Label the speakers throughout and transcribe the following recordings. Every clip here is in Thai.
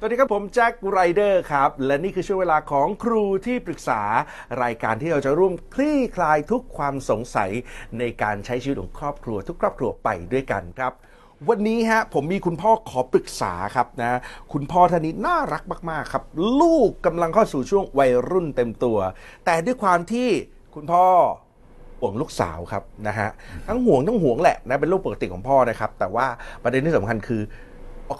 Speaker 1: สวัสดีครับผมแจ็คไรเดอร์ครับ และนี่คือช่วงเวลาของครูที่ปรึกษารายการที่เราจะร่วมคลี่คลายทุกความสงสัยในการใช้ชีวิตของครอบครัว ทุกครอบครัวไปด้วยกันครับ วันนี้ฮะผมมีคุณพ่อขอปรึกษาครับนะคุณพ่อท่านนี้น่ารักมาก ๆ ครับ ลูกกำลังเข้าสู่ช่วงวัยรุ่นเต็มตัว แต่ด้วยความที่คุณพ่อ ห่วงลูกสาวครับนะฮะทั้งห่วงทั้งห่วงแหละนะเป็นลูกปกติของพ่อนะครับแต่ว่าประเด็นที่สำคัญคือ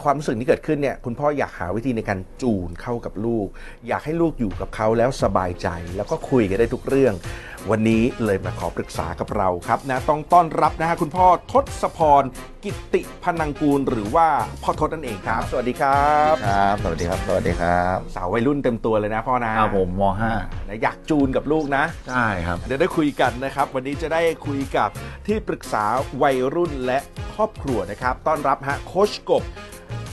Speaker 1: ความรู้สึกที่เกิดขึ้นเนี่ยคุณพ่ออยากหาวิธีในการจูนเข้ากับลูก อยากให้ลูกอยู่กับเขาแล้วสบายใจ แล้วก็คุยกันได้ทุกเรื่อง วันนี้เลยมาขอปรึกษากับเราครับนะต้องต้อนรับนะฮะคุณพ่อทศพรกิตติพนังกูล หรือว่าพ่อทศนั่นเองครับ สวัสดีครับ
Speaker 2: ครับ สวัสดีครับ สวัสดีครับ
Speaker 1: สาววัยรุ่นเต็มตัวเลยนะพ่อนะครับ
Speaker 2: ผมม
Speaker 1: นะอยากจูนกับลูกนะ
Speaker 2: 5ใช่ครับ
Speaker 1: เดี๋ยวได้คุยกันนะครับ วันนี้จะได้คุยกับที่ปรึกษาวัยรุ่นและครอบครัวนะครับ ต้อนรับฮะโคชกบ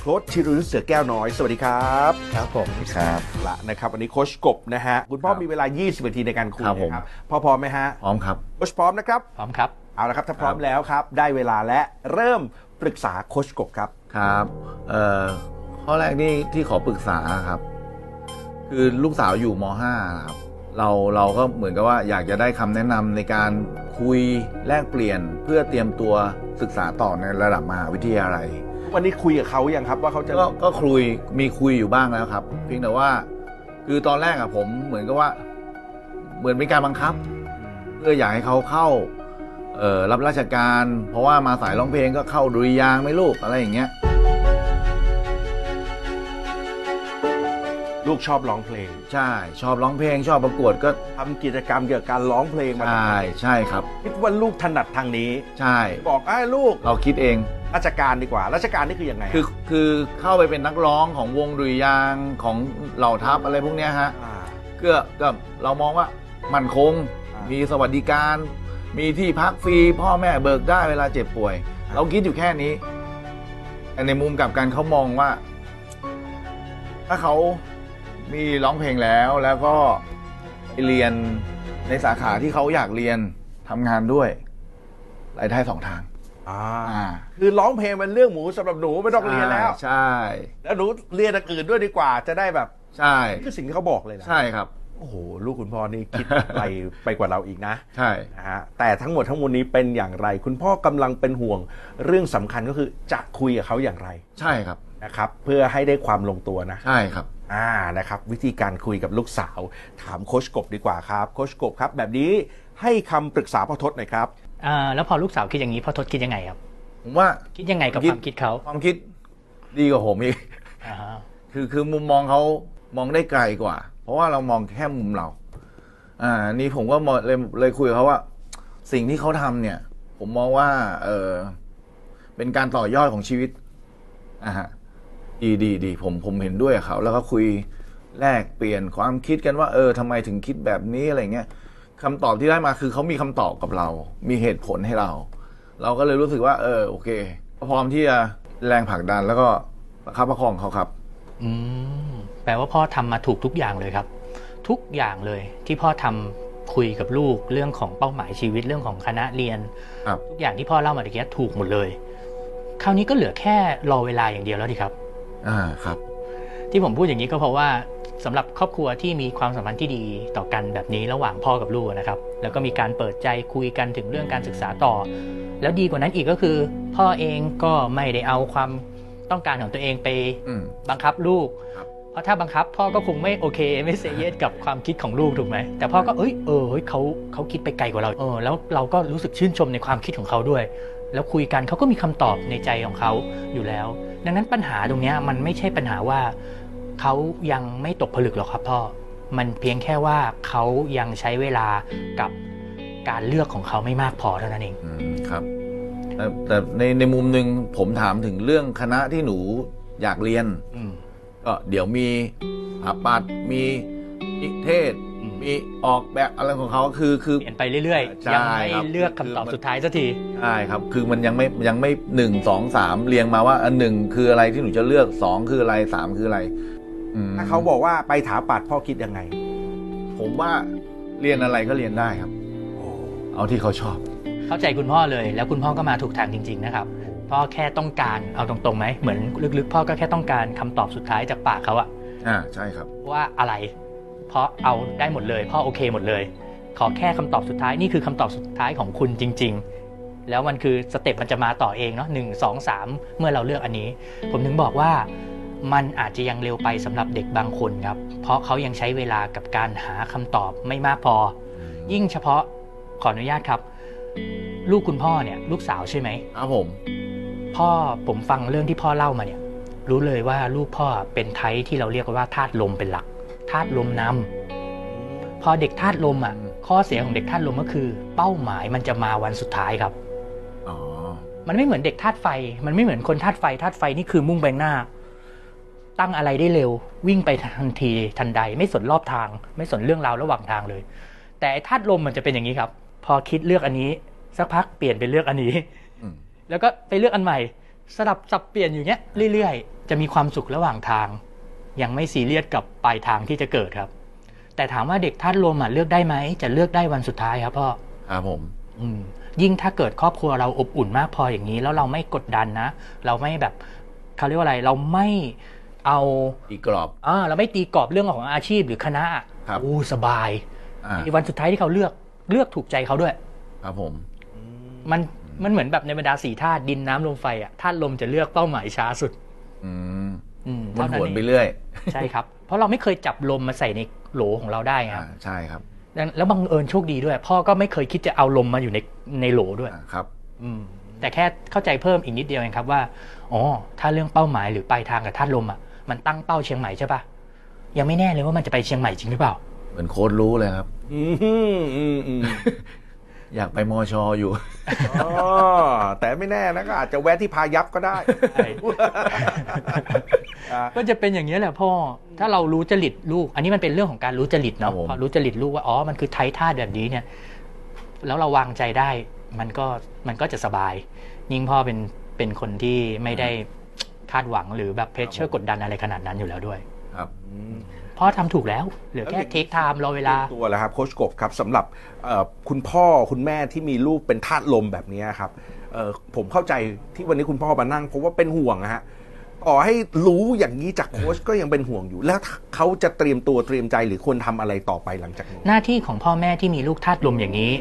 Speaker 1: โค้ชธีรยุทธเสือแก้วน้อย สวัสดีครับ
Speaker 2: ครับผมครับ
Speaker 1: ละนะครับวันนี้โคชกบนะฮะคุณพ่อ
Speaker 2: ครับ
Speaker 1: มีเวลา 20 นาทีในการคุย
Speaker 2: ครับผม
Speaker 1: นะครับพ่อพร้อมไหมฮะ
Speaker 2: พร้อมครับ
Speaker 1: โคชพร้อมนะครับ
Speaker 3: พร้อมครับ
Speaker 1: เอาละครับถ้าพร้อม
Speaker 2: ครับ
Speaker 1: แล้วครับ ได้เวลาและเริ่มปรึกษาโคชกบครับ
Speaker 2: ครับ เอ่อ ข้อแรกนี่ที่ขอปรึกษาครับ คือลูกสาวอยู่ม5นะครับ เราเราก็เหมือนกับว่าอยากจะได้คำแนะนำในการคุยแลกเปลี่ยนเพื่อเตรียมตัวศึกษาต่อในระดับมหาวิทยาลัย
Speaker 1: วันนี้คุยกับเขายังครับว่าเขาจะ
Speaker 2: ก็ก็คุยมีคุยอยู่บ้างแล้วครับ เพียงแต่ว่า คือตอนแรกอะผมเหมือนกับว่า เหมือนเป็นการบังคับ เพื่ออยากให้เขาเข้าเอ่อรับราชการ เพราะว่ามาสายร้องเพลงก็เข้าดุริยางค์ไหม่ลูกอะไรอย่างเงี้ย
Speaker 1: ลูกชอบร้องเพลง
Speaker 2: ใช่ชอบร้องเพลงชอบประกวดก็
Speaker 1: ทำกิจกรรมเกี่ยวกับการร้องเพลงมา
Speaker 2: ใช่ใช่ครับ
Speaker 1: คิดว่าลูกถนัดทางนี้
Speaker 2: ใช่
Speaker 1: บอกไอ้ายลูก
Speaker 2: เราคิดเอง
Speaker 1: ราชการดีกว่า ราชการนี่คือยังไง
Speaker 2: คือคือเข้าไปเป็นนักร้องของวงดุริยางค์ของเหล่าทัพอะไรพวกเนี้ยฮะ
Speaker 1: า
Speaker 2: ก็ก็เรามองว่ามั่นคง
Speaker 1: อ่ามี
Speaker 2: มีสวัสดิการ มีที่พักฟรี พ่อแม่เบิกได้เวลาเจ็บป่วย
Speaker 1: อ่า
Speaker 2: เราคิดอยู่แค่นี้แต่ในมุมกลับกันเขามองว่า ถ้าเขามีร้องเพลงแล้วแล้วก็ไปเรียนในสาขาที่เขาอยากเรียนทำงานด้วยรายได้สองทาง
Speaker 1: อ่าคือร้องเพลงมันเรื่องหมูสำหรับหนูไม่ต้องเรียนแล้ว
Speaker 2: ใช่
Speaker 1: แล้วหนูเรียนอย่างอื่นด้วยดีกว่า จะได้แบบ
Speaker 2: ใช่
Speaker 1: นี่คือสิ่งที่เขาบอกเลยนะ
Speaker 2: ใช่ครับ
Speaker 1: โอ้โหลูกคุณพ่อนี่คิดอะไรไปกว่าเราอีกนะ
Speaker 2: ใช่
Speaker 1: นะฮะแต่ทั้งหมดทั้งมวลนี้เป็นอย่างไร คุณพ่อกำลังเป็นห่วง เรื่องสำคัญก็คือจะคุยกับเขาอย่างไร
Speaker 2: ใช่ครับ
Speaker 1: นะครับ เพื่อให้ได้ความลงตัวนะ
Speaker 2: ใช่ครับ
Speaker 1: อ่านะครับ วิธีการคุยกับลูกสาว ถามโคชกบดีกว่าครับโคชกบครับ แบบนี้ให้คำปรึกษาพ่อทศหน่อยครับ
Speaker 3: อ่า แล้วพอลูกสาวคิดอย่างนี้พ่อทศคิดยังไงครับ
Speaker 2: ผมว่า
Speaker 3: คิดยังไงกับความคิดเขา
Speaker 2: ความคิดดีกว่าผมอีก
Speaker 3: อ่าฮะ
Speaker 2: คือคือมุมมองเขามองได้ไกลกว่า เพราะว่าเรามองแค่มุมเรา อ่า นี่ผมก็มองเลยเลยคุยกับเขาว่า สิ่งที่เขาทำเนี่ย ผมมองว่า เออเป็นการต่อยอดของชีวิตอ่าฮะดีดีดีผมผมเห็นด้วยกับเขา แล้วก็คุยแลกเปลี่ยนความคิดกันว่า เออทำไมถึงคิดแบบนี้อะไรเงี้ยคำตอบที่ได้มาคือเขามีคำตอบกับเรา มีเหตุผลให้เรา เราก็เลยรู้สึกว่า เออ โอเคพร้อมที่จะแรงผลักดันแล้วก็ประคับประคองเขาครับ
Speaker 3: อืม แปลว่าพ่อทำมาถูกทุกอย่างเลยครับ ทุกอย่างเลยที่พ่อทำคุยกับลูกเรื่องของเป้าหมายชีวิตเรื่องของคณะเรียน
Speaker 2: ครับ
Speaker 3: ทุกอย่างที่พ่อเล่ามาตะกี้ถูกหมดเลย คราวนี้ก็เหลือแค่รอเวลาอย่างเดียวแล้วดีครับ
Speaker 2: อ่าครับ
Speaker 3: ที่ผมพูดอย่างนี้ก็เพราะว่าสำหรับครอบครัวที่มีความสัมพันธ์ที่ดีต่อกันแบบนี้ระหว่างพ่อกับลูกนะครับ แล้วก็มีการเปิดใจคุยกันถึงเรื่องการศึกษาต่อ แล้วดีกว่านั้นอีกก็คือ พ่อเองก็ไม่ได้เอาความต้องการของตัวเองไป
Speaker 2: อืม
Speaker 3: บังคับลูก
Speaker 2: ครับ
Speaker 3: เพราะถ้าบังคับ พ่อก็คงไม่โอเคไม่เซเยสกับความคิดของลูกถูกไหมแต่พ่อก็เอ้ยเออเฮ้ยเขาเขาคิดไปไกลกว่าเราเออแล้วเราก็รู้สึกชื่นชมในความคิดของเขาด้วย แล้วคุยกันเขาก็มีคำตอบในใจของเขาอยู่แล้ว ดังนั้นปัญหาตรงเนี้ยมันไม่ใช่ปัญหาว่าเขายังไม่ตกผลึกหรอกครับพ่อ มันเพียงแค่ว่าเขายังใช้เวลากับการเลือกของเขาไม่มากพอเท่านั้นเอง
Speaker 2: อืมครับแต่แต่ในในมุมหนึ่งผมถามถึงเรื่องคณะที่หนูอยากเรียน
Speaker 3: อืม
Speaker 2: ก็เดี๋ยวมีอาปัตย์มีนิเทศ
Speaker 3: อืม
Speaker 2: มีออกแบบอะไรของเขาคือคือ
Speaker 3: เปลี่ยนไปเรื่อย
Speaker 2: ใช่
Speaker 3: ๆ ยังไม่
Speaker 2: ครับ
Speaker 3: เลือกคำตอบ
Speaker 2: คือมัน
Speaker 3: สุดท้ายสักที
Speaker 2: ใช่ครับ คือมันยังไม่ยังไม่หนึ่งสองสามเรียงมาว่าอันหนึ่งคืออะไรที่หนูจะเลือกสองคืออะไรสามคืออะไรอืม
Speaker 1: ถ้าเขาบอกว่าไปถาปัดพ่อคิดยังไง
Speaker 2: ผมว่าเรียนอะไรก็เรียนได้ครับ เอาที่เขาชอบ
Speaker 3: เข้าใจคุณพ่อเลย แล้วคุณพ่อก็มาถูกทางจริง ๆ นะครับ พ่อแค่ต้องการเอาตรงๆไหม เหมือนลึกๆ พ่อก็แค่ต้องการคำตอบสุดท้ายจากปากเขาอะ
Speaker 2: อ่าใช่ครับ
Speaker 3: ว่าอะไร เพราะเอาได้หมดเลย พ่อโอเคหมดเลย ขอแค่คำตอบสุดท้ายนี่คือคำตอบสุดท้ายของคุณจริง ๆ แล้วมันคือสเต็ปมันจะมาต่อเองเนาะหนึ่งสองสามเมื่อเราเลือกอันนี้ ผมถึงบอกว่ามันอาจจะยังเร็วไปสำหรับเด็กบางคนครับ เพราะเขายังใช้เวลากับการหาคำตอบไม่มากพอ ยิ่งเฉพาะขออนุญาตครับ ลูกคุณพ่อเนี่ย ลูกสาวใช่ไหม
Speaker 2: ครับผม
Speaker 3: พ่อผมฟังเรื่องที่พ่อเล่ามาเนี่ย รู้เลยว่าลูกพ่อเป็นไทป์ที่เราเรียกว่าธาตุลมเป็นหลักธาตุลมนำพอเด็กธาตุลมอ่ะ
Speaker 2: อืม
Speaker 3: ข้อเสียของเด็กธาตุลมก็คือ เป้าหมายมันจะมาวันสุดท้ายครับ
Speaker 2: อ๋อ
Speaker 3: มันไม่เหมือนเด็กธาตุไฟ มันไม่เหมือนคนธาตุไฟธาตุไฟนี่คือมุ่งไปข้างหน้า ตั้งอะไรได้เร็ว วิ่งไปทันทีทันใด ไม่สนรอบทาง ไม่สนเรื่องราวระหว่างทางเลย แต่ไอ้ธาตุลมมันจะเป็นอย่างนี้ครับ พอคิดเลือกอันนี้ สักพักเปลี่ยนไปเลือกอันนี้
Speaker 2: อืม
Speaker 3: แล้วก็ไปเลือกอันใหม่ สลับสับเปลี่ยนอยู่เนี้ยเรื่อยๆ จะมีความสุขระหว่างทาง ยังไม่ซีเรียสกับปลายทางที่จะเกิดครับ แต่ถามว่าเด็กธาตุลมอ่ะเลือกได้ไหมจะเลือกได้วันสุดท้ายครับพ่อ
Speaker 2: ครับผม
Speaker 3: อืมยิ่งถ้าเกิดครอบครัวเราอบอุ่นมากพออย่างนี้ แล้วเราไม่กดดันนะ เราไม่แบบเขาเรียกว่าอะไร เราไม่เอา
Speaker 2: อีกกรอบ
Speaker 3: อ่าเราไม่ตีกรอบเรื่องของอาชีพหรือคณะ
Speaker 2: ครับ
Speaker 3: อู้สบาย
Speaker 2: อ่า
Speaker 3: ไอ้วันสุดท้ายที่เขาเลือกเลือกถูกใจเขาด้วย
Speaker 2: ครับผม
Speaker 3: มันมันเหมือนแบบในบรรดาสี่ธาตุดินน้ำลมไฟอ่ะธาตุลมจะเลือกเป้าหมายช้าสุด
Speaker 2: อืม
Speaker 3: อืม
Speaker 2: มันห
Speaker 3: เท่านั้น
Speaker 2: วนไป
Speaker 3: เอง
Speaker 2: เรื่อย
Speaker 3: ใช่ครับ เพราะเราไม่เคยจับลมมาใส่ในโหลของเราได้ค
Speaker 2: อ่า
Speaker 3: รับ
Speaker 2: ใช่ครับ
Speaker 3: ดังแล้วบังเอิญโชคดีด้วย พ่อก็ไม่เคยคิดจะเอาลมมาอยู่ในในโหลด้วย
Speaker 2: อ่าครับ
Speaker 3: อืมแต่แค่เข้าใจเพิ่มอีกนิดเดียวเองครับว่า อ๋อ ถ้าเรื่องเป้าหมายหรือปลายทางกับธาตุลมอ่ะ มันตั้งเป้าเชียงใหม่ใช่ปะยังไม่แน่เลยว่ามันจะไปเชียงใหม่จริงหรือเปล่า
Speaker 2: เหมือนโค้ดรู้เลยครับ
Speaker 1: อืมอืมอืม
Speaker 2: อยากไปมอชออยู่
Speaker 1: อ๋อแต่ไม่แน่นะก็อาจจะแวะที่พายับก็ได้
Speaker 3: ใช่
Speaker 1: อ่ะ
Speaker 3: ก็จะเป็นอย่างนี้ยแหละพ่อ ถ้าเรารู้จริตลูก อันนี้มันเป็นเรื่องของการรู้จริต
Speaker 2: ค
Speaker 3: เนาะ
Speaker 2: รับผม
Speaker 3: พอรู้จริตลูกว่า อ๋อ มันคือไทยธาตุแบบนี้เนี่ย แล้วเราวางใจได้ มันก็ มันก็จะสบาย ยิ่งพ่อเป็น เป็นคนที่ไม่ได้คาดหวังหรือแบบเพรสเชอร์กดดันอะไรขนาดนั้นอยู่แล้วด้วย
Speaker 2: ครับ
Speaker 1: อืม
Speaker 3: พ่อทำถูกแล้ว เหลือแค่เทคไทม์รอเวลา
Speaker 1: ตัวแล้วครับโคชกบครับสำหรับเอ่อคุณพ่อคุณแม่ที่มีลูกเป็นธาตุลมแบบนี้ครับเอ่อผมเข้าใจที่วันนี้คุณพ่อมานั่งเพราะว่าเป็นห่วงอะฮะต่อให้รู้อย่างนี้จากโค้ชก็ยังเป็นห่วงอยู่ แล้วเขาจะเตรียมตัวเตรียมใจหรือควรทำอะไรต่อไปหลังจากนี้
Speaker 3: หน้าที่ของพ่อแม่ที่มีลูกธาตุลมอย่างนี้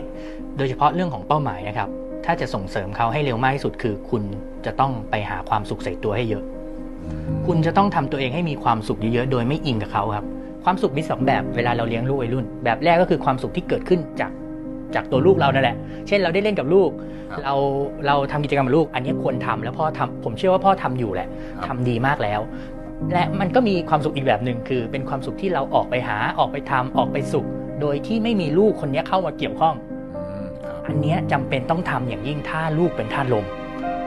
Speaker 3: โดยเฉพาะเรื่องของเป้าหมายนะครับ ถ้าจะส่งเสริมเขาให้เร็วมากที่สุดคือ คุณจะต้องไปหาความสุขใส่ตัวให้เยอะ คุณจะต้องทำตัวเองให้มีความสุขเยอะๆ โดยไม่อิงกับเขาครับ ความสุขมีสองแบบเวลาเราเลี้ยงลูกวัยรุ่น แบบแรกก็คือความสุขที่เกิดขึ้นจากจากตัวลูกเรานั่นแหละ เช่นเราได้เล่นกับลูก
Speaker 2: ครับ
Speaker 3: เราเราทำกิจกรรมกับลูก อันนี้ควรทำแล้วพ่อทำผมเชื่อว่าพ่อทำอยู่แหละ
Speaker 2: ค
Speaker 3: ทำ
Speaker 2: รับ
Speaker 3: ดีมากแล้ว และมันก็มีความสุขอีกแบบหนึ่งคือ เป็นความสุขที่เราออกไปหาออกไปทำออกไปสุข โดยที่ไม่มีลูกคนเนี้ยเข้ามาเกี่ยวข้อง
Speaker 2: อืมครับ
Speaker 3: อันเนี้ยจำเป็นต้องทำอย่างยิ่งถ้าลูกเป็นท่าตุลม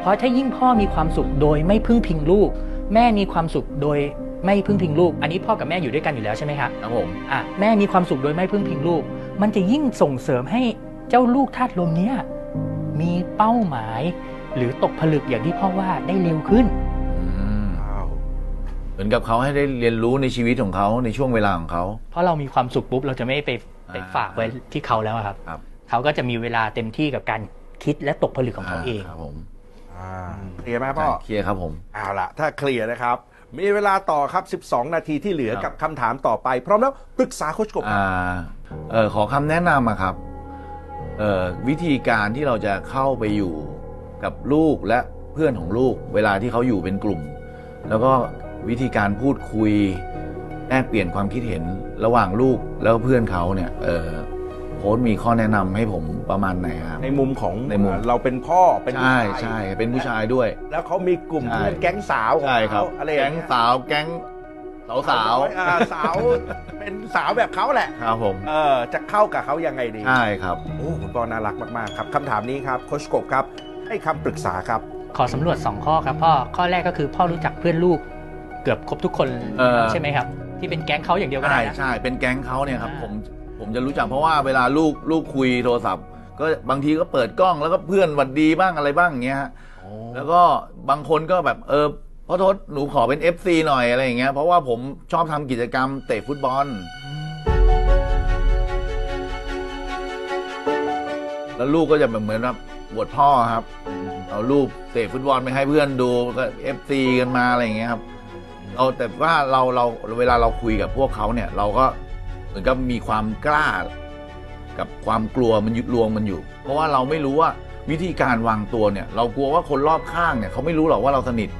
Speaker 3: เพราะถ้ายิ่งพ่อมีความสุขโดยไม่พึ่งพิงลูก แม่มีความสุขโดยไม่พึ่งพิงลูก อันนี้พ่อกับแม่อยู่ด้วยกันอยู่แล้วใช่ไหมครับ
Speaker 2: ครับผม
Speaker 3: อ่ะแม่มีความสุขโดยไม่พึ่งพิงลูก มันจะยิ่งส่งเสริมให้เจ้าลูกธาตุลมเนี้ยมีเป้าหมาย หรือตกผลึกอย่างที่พ่อว่าได้เร็วขึ้น
Speaker 2: อืม
Speaker 1: ว้าว
Speaker 2: เหมือนกับเขาให้ได้เรียนรู้ในชีวิตของเขาในช่วงเวลาของเขา
Speaker 3: เพราะเรามีความสุขปุ๊บเราจะไม่ไปไป
Speaker 2: อ่า
Speaker 3: ฝากไว้ที่เขาแล้วอะครับ
Speaker 2: ครับ
Speaker 3: เขาก็จะมีเวลาเต็มที่กับการคิดและตกผลึกของเขาเอง
Speaker 2: ครับผม
Speaker 1: อ่าเคลียร์ไหมพ่อ
Speaker 2: เคลียร์ครับผม
Speaker 1: เอาละถ้าเคลียร์นะครับ มีเวลาต่อครับ 12 นาทีที่เหลือ
Speaker 2: ค
Speaker 1: กั
Speaker 2: รั
Speaker 1: บบ คำถามต่อไป พร้อมแล้วปรึกษาโคชกบ
Speaker 2: อ่าเออขอคำแนะนำอะครับเออวิธีการที่เราจะเข้าไปอยู่กับลูกและเพื่อนของลูก เวลาที่เขาอยู่เป็นกลุ่ม แล้วก็วิธีการพูดคุยแลกเปลี่ยนความคิดเห็นระหว่างลูกแล้วก็เพื่อนเขาเนี่ยเออโค้ชมีข้อแนะนำให้ผมประมาณไหนครับ
Speaker 1: ในมุมของ
Speaker 2: ในมุม
Speaker 1: เราเป็นพ่อเป็นผู้
Speaker 2: ใช่
Speaker 1: ชาย
Speaker 2: ใช่เป็นผู้ชายด้วย
Speaker 1: แล้วเขามีกลุ่ม
Speaker 2: ใช่
Speaker 1: เพื่อนแก๊งสาวของ
Speaker 2: ใช่ครับ
Speaker 1: เขาอะไรอย่า
Speaker 2: แก๊ง
Speaker 1: เย
Speaker 2: สาวแก๊งสาวสาว
Speaker 1: อ่สาวเป็นสาวแบบเขาแหละ
Speaker 2: ครับผม
Speaker 1: เออจะเข้ากับเขายังไงดี
Speaker 2: ใช่ครับ
Speaker 1: โอ้คุณปอน่ารักมากๆครับคำถามนี้ครับโคชกบครับ ให้คำปรึกษาครับ
Speaker 3: ขอสำรวจ 2 ข้อครับพ่อ ข้อแรกก็คือพ่อรู้จักเพื่อนลูก เกือบครบทุกคน
Speaker 2: เออ
Speaker 3: ใช่ไหมครับ ที่เป็นแก๊งเขาอย่างเดียวก็
Speaker 2: ใช่
Speaker 3: ได้นะ
Speaker 2: ใช่เป็นแก๊งเขาเนี่ยครับ
Speaker 3: อ่า
Speaker 2: ผม ผมจะรู้จักเพราะว่าเวลาลูกลูกคุยโทรศัพท์ ก็บางทีก็เปิดกล้องแล้วก็เพื่อนหวัดดีบ้างอะไรบ้างอย่างเงี้ยฮะ แล้วก็บางคนก็แบบเออพ่อทศหนูขอเป็น FC หน่อยอะไรอย่างเงี้ยเพราะว่าผมชอบทำกิจกรรมเตะฟุตบอล แล้วลูกก็จะแบบเหมือนแบบบวชพ่อครับ เอารูปเตะฟุตบอลไปให้เพื่อนดูก็ FC กันมาอะไรอย่างเงี้ยครับเอาแต่ว่าเราเราเวลาเราคุยกับพวกเขาเนี่ย เราก็เหมือนกับมีความกล้า กับความกลัวมันอยุดรวมมันอยู่ เพราะว่าเราไม่รู้ว่าวิธีการวางตัวเนี่ย เรากลัวว่าคนรอบข้างเนี่ยเขาไม่รู้หรอกว่าเราสนิท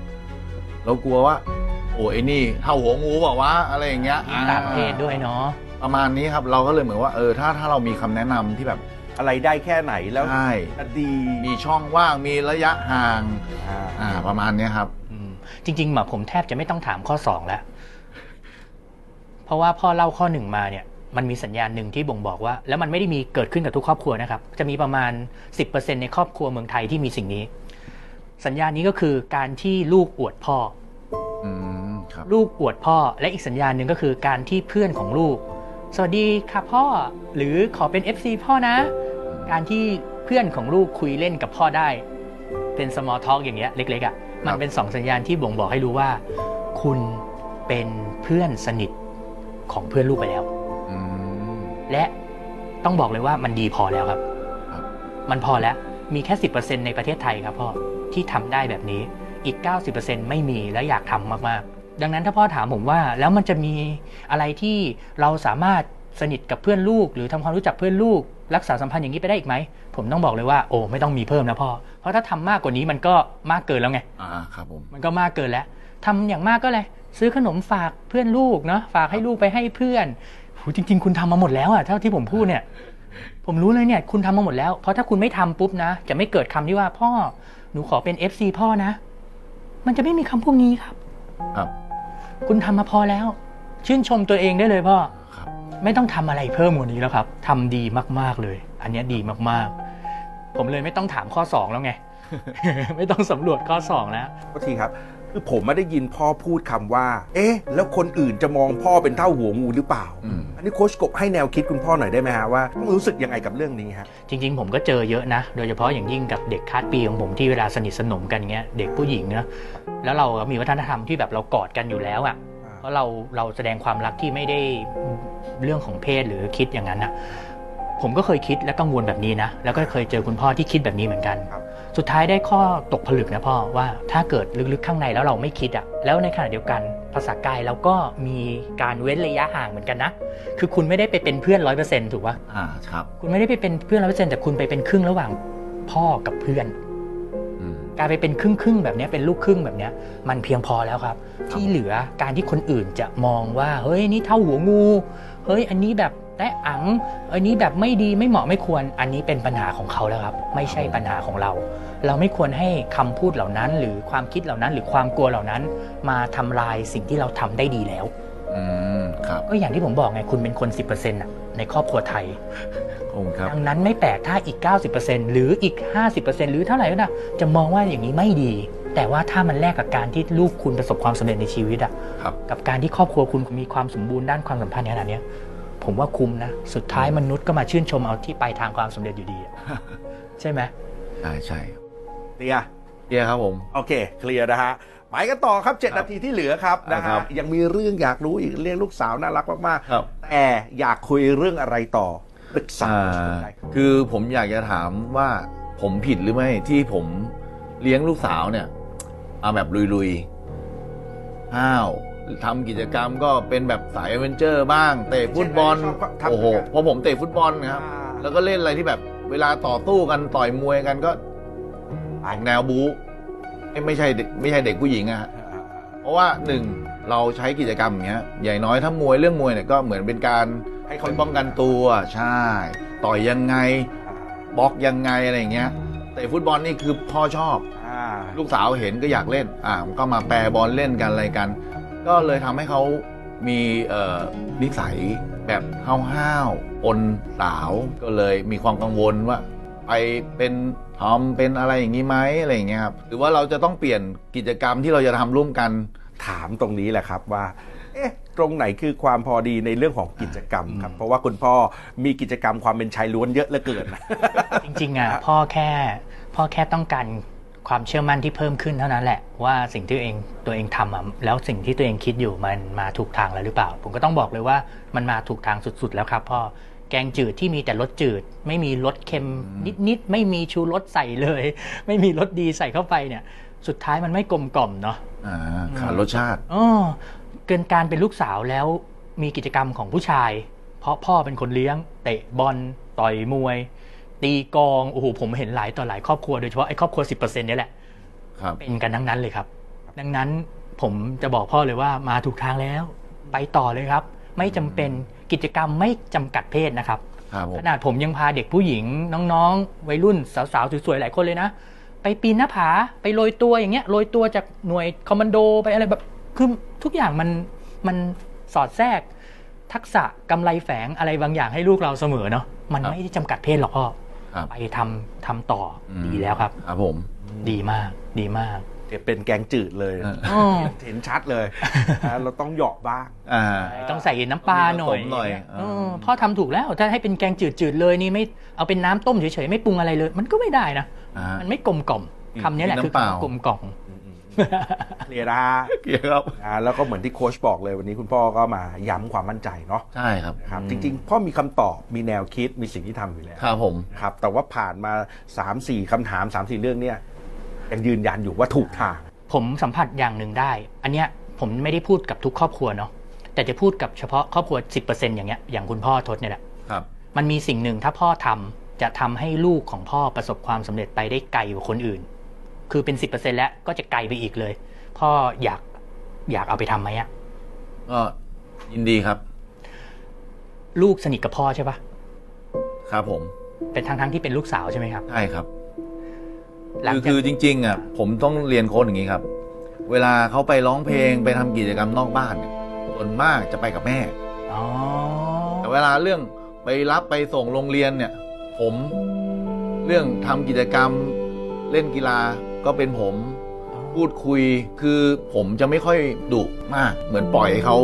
Speaker 2: เรากลัวว่า โอ้ไอ้นี่เท่าหัวงูบอกว่าวะอะไรอย่างเงี้ยอ่
Speaker 3: ต่างเพศด้วยเนาะ
Speaker 2: ประมาณนี้ครับ เราก็เลยเหมือนว่าเออถ้าถ้าเรามีคำแนะนำที่แบบ
Speaker 1: อะไรได้แค่ไหนแล้ว
Speaker 2: ใช่
Speaker 1: จะดี
Speaker 2: มีช่องว่างมีระยะห่าง
Speaker 1: อ่า
Speaker 2: อ่า ประมาณเนี้ยครับ
Speaker 3: อืมจริงๆแบบผมแทบจะไม่ต้องถามข้อสองแล้ว เพราะว่าพ่อเล่าข้อหนึ่งมาเนี่ย มันมีสัญญาณหนึ่งที่บ่งบอกว่า แล้วมันไม่ได้มีเกิดขึ้นกับทุกครอบครัวนะครับ จะมีประมาณ 10%ในครอบครัวเมืองไทยที่มีสิ่งนี้ สัญญาณนี้ก็คือการที่ลูกอวดพ่อ
Speaker 2: อืมครับ
Speaker 3: ลูกอวดพ่อและอีกสัญญาณหนึ่งก็คือการที่เพื่อนของลูก สวัสดีค่ะพ่อ หรือขอเป็น FC พ่อนะ การที่เพื่อนของลูกคุยเล่นกับพ่อได้ เป็น small talk อย่างเงี้ยเล็กๆอะ่ะมันเป็นสองสัญญาณที่บ่งบอกให้รู้ว่า คุณเป็นเพื่อนสนิทของเพื่อนลูกไปแล้ว
Speaker 2: อืม
Speaker 3: และต้องบอกเลยว่ามันดีพอแล้วครับ
Speaker 2: ครับ
Speaker 3: มันพอแล้ว มีแค่ 10%ในประเทศไทยครับพ่อ ที่ทำได้แบบนี้ อีก 90%ไม่มีและอยากทำมาก ๆ ดังนั้นถ้าพ่อถามผมว่า แล้วมันจะมีอะไรที่เราสามารถสนิทกับเพื่อนลูก หรือทำความรู้จักเพื่อนลูก รักษาสัมพันธ์อย่างนี้ไปได้อีกไหม ผมต้องบอกเลยว่าโอ้ไม่ต้องมีเพิ่มนะพ่อ เพราะถ้าทำมากกว่านี้มันก็มากเกินแล้วไง
Speaker 2: อ่าครับผม
Speaker 3: มันก็มากเกินแล้วทำอย่างมากก็เลยซื้อขนมฝากเพื่อนลูกเนาะฝากให้ลูกไปให้เพื่อนโหจริง ๆ คุณทำมาหมดแล้วอะเท่าที่ผมพูดเนี่ย ผมรู้เลยเนี่ย คุณทำมาหมดแล้ว เพราะถ้าคุณไม่ทำปุ๊บนะ จะไม่เกิดคำที่ว่าพ่อ หนูขอเป็น FC พ่อนะ มันจะไม่มีคำพวกนี้ครับ
Speaker 2: ครับ
Speaker 3: คุณทำมาพอแล้ว ชื่นชมตัวเองได้เลยพ่อ
Speaker 2: ครับ
Speaker 3: ไม่ต้องทำอะไรเพิ่มกว่านี้แล้วครับทำดีมากๆเลย อันเนี้ยดีมากๆ ผมเลยไม่ต้องถามข้อสองแล้ว ไง ไม่ต้องสำรวจข้อสองแล้ว
Speaker 1: ขอโทษทีครับคือผมไม่ได้ยินพ่อพูดคำว่า เอ๊ะ แล้วคนอื่นจะมองพ่อเป็นเท่าหัวงูหรือเปล่า
Speaker 2: อืม
Speaker 1: อันนี้โค้ชกบให้แนวคิดคุณพ่อหน่อยได้ไหมฮะว่าต้องรู้สึกยังไงกับเรื่องนี้ฮะ
Speaker 3: จริงๆ ผมก็เจอเยอะนะ โดยเฉพาะอย่างยิ่งกับเด็กคาดปีของผมที่เวลาสนิทสนมกันเงี้ย เด็กผู้หญิงนะ แล้วเราก็มีวัฒนธรรมที่แบบเรากอดกันอยู่แล้วอะ่ะ เพราะเราเราแสดงความรักที่ไม่ได้เรื่องของเพศหรือคิดอย่างนั้นอะ่ะ ผมก็เคยคิดและกังวลแบบนี้นะ แล้วก็เคยเจอคุณพ่อที่คิดแบบนี้เหมือนกัน
Speaker 1: ครับ
Speaker 3: สุดท้ายได้ข้อตกผลึกนะพ่อว่าถ้าเกิดลึกๆข้างในแล้วเราไม่คิดอะ่ะ แล้วในขณะเดียวกันภาษากายเราก็มีการเว้นระยะห่างเหมือนกันนะ คือคุณไม่ได้ไปเป็นเพื่อนร้อยเปอร์เซ็นต์ถูกปะ
Speaker 2: อ่าครับ
Speaker 3: คุณไม่ได้ไปเป็นเพื่อนร้อยเปอร์เซ็นต์แต่คุณไปเป็นครึ่งระหว่างพ่อกับเพื่อน
Speaker 2: อืม
Speaker 3: การไปเป็นครึ่งครึ่งๆแบบเนี้ยเป็นลูกครึ่งแบบเนี้ยมันเพียงพอแล้วครับ ที่เหลือการที่คนอื่นจะมองว่า เฮ้ยนี่เท่าหัวงู เฮ้ย อันนี้แบบแตะอังอันนี้แบบไม่ดีไม่เหมาะไม่ควร อันนี้เป็นปัญหาของเขาแล้วครับ ไม่ใช่ปัญหาของเรา เราไม่ควรให้คำพูดเหล่านั้น หรือความคิดเหล่านั้น หรือความกลัวเหล่านั้น มาทำลายสิ่งที่เราทำได้ดีแล้ว
Speaker 2: อืม ครับ
Speaker 3: ก็อย่างที่ผมบอกไงคุณเป็นคน 10%น่ะในครอบครัวไทย
Speaker 2: ขอบคุณครับ
Speaker 3: ดังนั้นไม่แปลกถ้าอีก 90%หรืออีก 50%หรือเท่าไหร่ก็ได้จะมองว่าอย่างนี้ไม่ดี แต่ว่าถ้ามันแลกกับการที่ลูกคุณประสบความสำเร็จในชีวิตอะ
Speaker 2: ครับ
Speaker 3: กับการที่ครอบครัวคุณมีความสมบูรณ์ด้านความสัมพันธ์ในขนาดเนี้ยผมว่าคุ้มนะ สุดท้ายมนุษย์ก็มาชื่นชมเอาที่ปลายทางความสำเร็จอยู่ดี อะใช่ไหม
Speaker 2: ใช่ใช่
Speaker 1: เคลียร์
Speaker 2: เดี๋ยวครับผม
Speaker 1: โอเค เคลียร์นะฮะ ไปกันต่อครับ
Speaker 2: ค
Speaker 1: 7
Speaker 2: รับ
Speaker 1: นาทีที่เหลือครับนะ
Speaker 2: ค
Speaker 1: ฮะ
Speaker 2: รับ
Speaker 1: ยังมีเรื่องอยากรู้อีกเรื่องลูกสาวน่ารักมาก
Speaker 2: ครับ
Speaker 1: ๆ แต่อยากคุยเรื่องอะไรต่อปรึกษา
Speaker 2: อ่า
Speaker 1: ได้ครับ
Speaker 2: คือผมอยากจะถามว่าผมผิดหรือไม่ที่ผมเลี้ยงลูกสาวเนี่ย เอาแบบลุยๆห้าวทำกิจกรรมก็เป็นแบบสายแอดเวนเจอร์บ้าง เตะฟุตบอล โอ้โหเพราะผมเตะฟุตบอลนะครับ แล้วก็เล่นอะไรที่แบบเวลาต่อสู้กันต่อยมวยกันก็ออกแนวบู๊ไม่ไม่ใช่เด็กไม่ใช่เด็กผู้หญิงอะฮะ เพราะว่าหนึ่งเราใช้กิจกรรมอย่างเงี้ยใหญ่างน้อยถ้ามวยเรื่องมวยเนี่ยก็เหมือนเป็นการ
Speaker 1: ให้
Speaker 2: ค
Speaker 1: เขา
Speaker 2: อยป้องกันตัวใช่ ต่อยยังไงบล็อกยังไงอะไรอย่างเงี้ยแต่ฟุตบอลนี่คือพ่อชอบ
Speaker 1: อ่า
Speaker 2: ลูกสาวเห็นก็อยากเล่นอ่าก็มาแปรบอลเล่นกันอะไรกัน ก็เลยทำให้เขามีเอ่อนิสัยแบบห้าวๆปนสาวก็เลยมีความกังวลว่า ไปเป็นทอมเป็นอะไรอย่างนี้ไหมอะไรอย่างเงี้ยครับหรือว่าเราจะต้องเปลี่ยนกิจกรรมที่เราจะทำร่วมกัน
Speaker 1: ถามตรงนี้แหละครับว่า เอ๊ะ ตรงไหนคือความพอดีในเรื่องของกิจกรรมครับ เพราะว่าคุณพ่อมีกิจกรรมความเป็นชายล้วนเยอะเหลือเกิน
Speaker 3: จริงๆอ่ะพ่อแค่พ่อแค่ต้องการความเชื่อมั่นที่เพิ่มขึ้นเท่านั้นแหละ ว่าสิ่งที่ตัวเองตัวเองทำอ่ะแล้วสิ่งที่ตัวเองคิดอยู่มันมาถูกทางแล้วหรือเปล่า ผมก็ต้องบอกเลยว่ามันมาถูกทางสุดๆ แล้วครับพ่อแกงจืดที่มีแต่รสจืด ไม่มีรสเค็มนิดๆไม่มีชูรสใส่เลย ไม่มีรสดีใส่เข้าไปเนี่ย สุดท้ายมันไม่กลมกล่อมเนาะ
Speaker 2: อ่าขาดรสชาติ
Speaker 3: อ๋อเกินการเป็นลูกสาวแล้วมีกิจกรรมของผู้ชาย เพราะพ่อเป็นคนเลี้ยง เตะบอลต่อยมวย ตีกองโอ้โหผมเห็นหลายต่อหลายครอบครัวโดยเฉพาะไอ้ครอบครัว 10%เนี่ยแหละ
Speaker 2: ครับ
Speaker 3: เป็นกันทั้งนั้นเลยครับ ดังนั้นผมจะบอกพ่อเลยว่ามาถูกทางแล้ว ไปต่อเลยครับ ไม่จำเป็นกิจกรรมไม่จำกัดเพศนะครับ
Speaker 2: ครับผม
Speaker 3: ขนาดผมยังพาเด็กผู้หญิงน้องๆ วัยรุ่นสาวๆ สวย ๆ หลายคนเลยนะ ไปปีนหน้าผา ไปโรยตัวอย่างเงี้ยโรยตัวจากหน่วยคอมมานโดไปอะไรแบบคือทุกอย่างมันมันสอดแทรก ทักษะกำไรแฝงอะไรบางอย่างให้ลูกเราเสมอเนาะมันไม่ได้จำกัดเพศหรอกพ่อ
Speaker 2: ครับ
Speaker 3: ไปทำทำต่ออ
Speaker 2: ม
Speaker 3: ดีแล้วครับ
Speaker 2: ครับผม
Speaker 3: ดีมากดีมาก
Speaker 1: เดี๋ยวเป็นแกงจืด เลย
Speaker 2: อ่า
Speaker 3: อ้อ
Speaker 1: เห็นชัดเลยอ่าเราต้องเหยาะบ้าง
Speaker 2: อ่า
Speaker 3: ต้องใส่น้ำปลาหน่อ
Speaker 2: ต้อ
Speaker 3: ย
Speaker 2: งมีผสมหน่อย
Speaker 3: เออพ่อทำถูกแล้วถ้าให้เป็นแกงจืดๆเลยนี่ไม่เอาเป็นน้ำต้มเฉยๆไม่ปรุงอะไรเลย มันก็ไม่ได้นะ
Speaker 2: อ่ามั
Speaker 3: มันไม่กลมกล่อมคำนี้แหละคือ
Speaker 2: น้ำเปล่า
Speaker 3: คำกลมกล่อม
Speaker 1: เคลียร์นะ
Speaker 2: เกี่ยวครับ
Speaker 1: อ่าแล้วก็เหมือนที่โค้ชบอกเลยวันนี้คุณพ่อก็มาย้ำความมั่นใจเนาะ
Speaker 2: ใช่ครับ
Speaker 1: นะครับจริง ๆ พ่อมีคำตอบมีแนวคิดมีสิ่งที่ทำอยู่แล้ว
Speaker 2: ครับผม
Speaker 1: นะครับแต่ว่าผ่านมา 3 4คำถาม 3 4 เรื่องเนี่ยยังยืนยันอยู่ว่าถูกทาง
Speaker 3: ผมสัมผัสอย่างหนึ่งได้ อันเนี้ยผมไม่ได้พูดกับทุกครอบครัวเนาะแต่จะพูดกับเฉพาะครอบครัว 10%อย่างเงี้ยอย่างคุณพ่อทศเนี่ยแหละ
Speaker 2: ครับ
Speaker 3: มันมีสิ่งหนึ่งถ้าพ่อทำจะทำให้ลูกของพ่อประสบความสำเร็จไปได้ไกลกว่าคนอื่น คือเป็น 10%แล้วก็จะไกลไปอีกเลย พ่ออยากอยากเอาไปทำไหมอะ
Speaker 2: ก็ยินดีครับ
Speaker 3: ลูกสนิทกับพ่อใช่ปะ
Speaker 2: ครับผม
Speaker 3: เป็นทั้งทั้งๆที่เป็นลูกสาวใช่ไหมครับ
Speaker 2: ใช่ครับ
Speaker 3: หลัง
Speaker 2: คือ
Speaker 3: จา
Speaker 2: คื
Speaker 3: ก
Speaker 2: อจริงๆอ่ะผมต้องเรียนโค้ดอย่างนี้ครับ เวลาเขาไปร้องเพลงไปทำกิจกรรมนอกบ้านเนี่ยส่วนมากจะไปกับแม่
Speaker 3: อ๋อ
Speaker 2: แต่เวลาเรื่องไปรับไปส่งโรงเรียนเนี่ย ผมเรื่องทำกิจกรรมเล่นกีฬาก็เป็นผมพูดคุยคือผมจะไม่ค่อยดุมาก เหมือนปล่อยให้เขา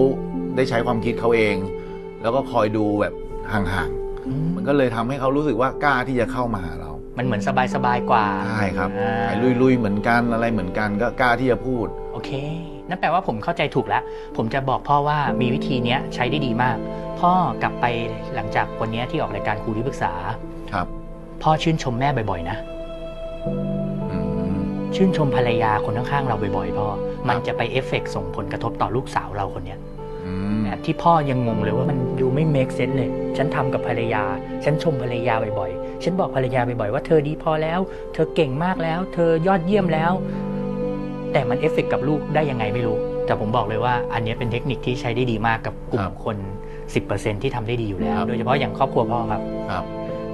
Speaker 2: ได้ใช้ความคิดเขาเอง แล้วก็คอยดูแบบห่าง
Speaker 3: อืม
Speaker 2: ๆ มันก็เลยทำให้เขารู้สึกว่ากล้าที่จะเข้ามาหาเรา
Speaker 3: มันเหมือนสบายๆกว่า
Speaker 2: ใช่ครับ
Speaker 3: อ่า
Speaker 2: ไอ้ลุยๆเหมือนกันอะไรเหมือนกันก็กล้าที่จะพูด
Speaker 3: โอเค นั่นแปลว่าผมเข้าใจถูกแล้ว ผมจะบอกพ่อว่ามีวิธีเนี้ยใช้ได้ดีมาก พ่อกลับไปหลังจากวันเนี้ยที่ออกรายการครูที่ปรึกษา
Speaker 2: ครับ
Speaker 3: พ่อชื่นชมแม่บ่อยๆนะ
Speaker 2: อืม
Speaker 3: ชื่นชมภรรยาคนข้างๆเราบ่อยๆพ่อ มัน
Speaker 2: ครับ
Speaker 3: จะไปเอฟเฟกต์ส่งผลกระทบต่อลูกสาวเราคนเนี้ย
Speaker 2: อืม
Speaker 3: แบบที่พ่อยังงงเลยว่ามันดูไม่ make sense เลย ฉันทำกับภรรยา ฉันชมภรรยาบ่อยๆ ฉันบอกภรรยาบ่อยๆว่าเธอดีพอแล้ว เธอเก่งมากแล้ว เธอยอดเยี่ยมแล้ว แต่มันเอฟเฟกต์กับลูกได้ยังไงไม่รู้ แต่ผมบอกเลยว่าอันเนี้ยเป็นเทคนิคที่ใช้ได้ดีมากกับกลุ่มคน 10%ที่ทำได้ดีอยู่แล้ว โดยเฉพาะอย่างครอบครัวพ่อครับ
Speaker 2: ครับ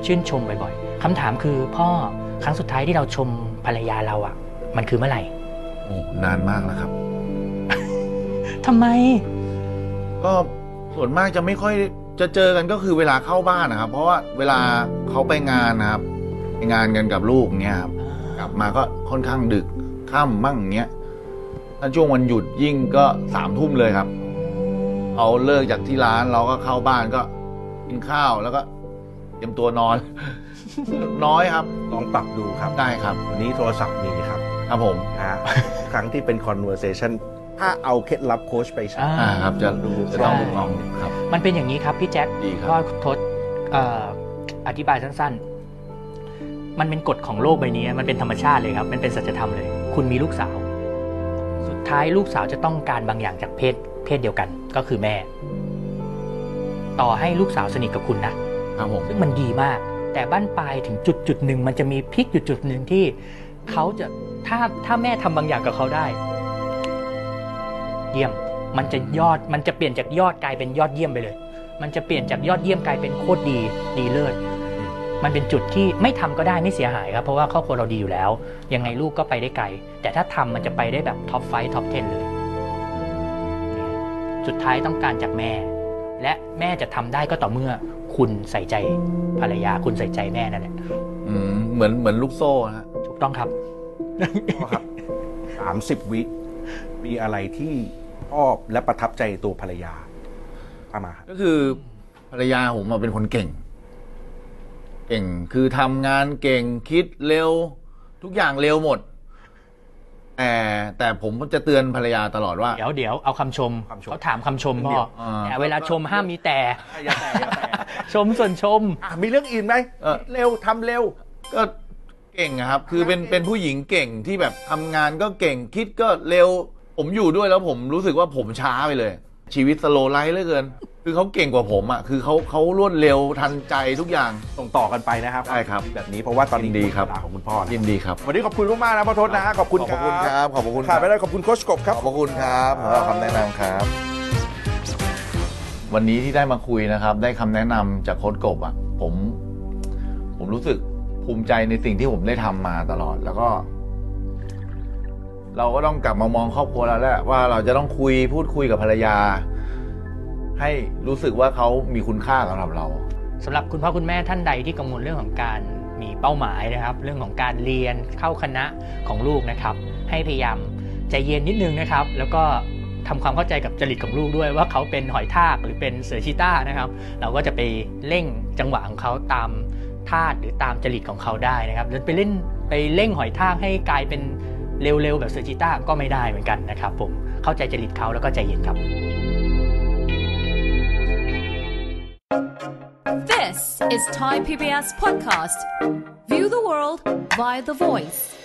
Speaker 3: ชื่นชมบ่อยๆคำถามคือพ่อครั้งสุดท้ายที่เราชมภรรยาเราอะ่ะ มันคือเมื่อไหร่
Speaker 2: โอ้นานมากแล้วครับ
Speaker 3: ทำไม
Speaker 2: ก็ส่วนมากจะไม่ค่อยจะเจอกันก็คือเวลาเข้าบ้านนะครับ เพราะว่าเวลาเขาไปงานนะครับไปงานกันกับลูกเงี้ยครับกลับมาก็ค่อนข้างดึกค่ำมั่งเงี้ยถ้าช่วงวันหยุดยิ่งก็สามทุ่มเลยครับเอาเลิกจากที่ร้านเราก็เข้าบ้านก็กินข้าวแล้วก็เตรียมตัวนอน น้อยครับ
Speaker 1: ลองปรับดูครับ
Speaker 2: ได้ครับ
Speaker 1: วันนี้โทรศัพท์มีครับ
Speaker 2: ครับผม
Speaker 1: อ่าครั้งที่เป็น conversation ถ้าเอาเคล็ดลับโค้ชไปใช้
Speaker 3: อ่า
Speaker 2: อ่าครับจะ
Speaker 1: ดู
Speaker 2: จะต้อง
Speaker 3: ใช่
Speaker 2: ลองครับ
Speaker 3: มันเป็นอย่างนี้ครับพี่แจ็ค
Speaker 2: ดีค
Speaker 3: พ่
Speaker 2: รั
Speaker 3: อบ ทศเอ่ออธิบายสั้นๆ มันเป็นกฎของโลกใบนี้ มันเป็นธรรมชาติเลยครับ มันเป็นสัจธรรมเลย คุณมีลูกสาว สุดท้ายลูกสาวจะต้องการบางอย่างจากเพศเพศเดียวกันก็คือแม่ ต่อให้ลูกสาวสนิทกับคุณนะ
Speaker 2: ครับผม
Speaker 3: ซึ่งมันดีมาก แต่บ้านปลายถึงจุดจุดหนึ่งมันจะมีพลิกอยู่จุดหนึ่งที่เขาจะถ้าถ้าแม่ทำบางอย่างกับเขาได้ เยี่ยม มันจะยอดมันจะเปลี่ยนจากยอดกลายเป็นยอดเยี่ยมไปเลย มันจะเปลี่ยนจากยอดเยี่ยมกลายเป็นโคตรดีดีเลิศมันเป็นจุดที่ไม่ทำก็ได้ไม่เสียหายครับ เพราะว่าครอบครัวเราดีอยู่แล้ว ยังไงลูกก็ไปได้ไกล แต่ถ้าทำมันจะไปได้แบบท็อปไฟท็อป10 เลย สุดท้ายต้องการจากแม่ และแม่จะทำได้ก็ต่อเมื่อคุณใส่ใจภรรยาคุณใส่ใจแม่นั่นแหละ
Speaker 2: อืมเหมือนเหมือนลูกโซ่นะฮะ
Speaker 3: ถูกต้องครับ
Speaker 1: พ่อครับสามสิบ30 วิมีอะไรที่ชอบและประทับใจตัวภรรยา อามาครับ
Speaker 2: ก็คือภรรยาผมอะเป็นคนเก่ง เก่งคือทำงานเก่งคิดเร็ว ทุกอย่างเร็วหมด แต่แต่ผมจะเตือนภรรยาตลอดว่า
Speaker 3: เดี๋ยวเดี๋ยวเอาคำชมเขาถามคำชมพ่อ
Speaker 2: อ่า
Speaker 3: แต่เวลาชมห้ามมีแต่
Speaker 1: อย่าแต่อย่าแต่
Speaker 3: ชมส่วนชม
Speaker 1: อ่ะมีเรื่องอื่นไหม
Speaker 2: เออ
Speaker 1: คิดเร็วทำเร็ว
Speaker 2: ก็เก่งอะครับ คือเป็นเป็นผู้หญิงเก่งที่แบบทำงานก็เก่งคิดก็เร็ว ผมอยู่ด้วยแล้วผมรู้สึกว่าผมช้าไปเลย ชีวิตสโลไลท์เหลือเกิน คือเขาเก่งกว่าผมอะคือเขาเขารวดเร็วทันใจทุกอย่าง
Speaker 1: ส่งต่อกันไปนะครับ
Speaker 2: ได้ครับ
Speaker 1: แบบนี้เพราะว่าตอนนี้
Speaker 2: ยินดีครับ
Speaker 1: เวลาของคุณพ่อนะ
Speaker 2: ยินดีครับ
Speaker 1: วันนี้ขอบคุณมากๆนะพ่อทศนะฮะขอบคุณ
Speaker 2: ขอบคุณครับ ขอบคุณค
Speaker 1: ขา
Speaker 2: รั
Speaker 1: ด
Speaker 2: บ
Speaker 1: ไม่ได้ขอบคุณโค้ชกบครับ
Speaker 2: ขอบพระคุณครับสำหรับคำแนะนำครับ วันนี้ที่ได้มาคุยนะครับ ได้คำแนะนำจากโค้ชกบอ่ะ ผม ผมรู้สึกภูมิใจในสิ่งที่ผมได้ทำมาตลอด แล้วก็ เราก็ต้องกลับมามองครอบครัวเราแล้วแหละว่าเราจะต้องคุยพูดคุยกับภรรยา ให้รู้สึกว่าเขามีคุณค่าสำหรับเรา
Speaker 3: สำหรับคุณพ่อคุณแม่ท่านใดที่กังวลเรื่องของการมีเป้าหมายนะครับ เรื่องของการเรียนเข้าคณะของลูกนะครับ ให้พยายามใจเย็นนิดนึงนะครับ แล้วก็ทำความเข้าใจกับจริตของลูกด้วยว่าเขาเป็นหอยทากหรือเป็นเสือชีต้านะครับ เราก็จะไปเร่งจังหวะของเขาตามธาตุหรือตามจริตของเขาได้นะครับแล้วไปเล่นไปเร่งหอยทากให้กลายเป็นเร็วๆแบบเสือชีต้าก็ไม่ได้เหมือนกันนะครับ ผมเข้าใจจริตเขาแล้วก็ใจเย็นครับ
Speaker 4: This is Thai PBS Podcast. View the world via the voice.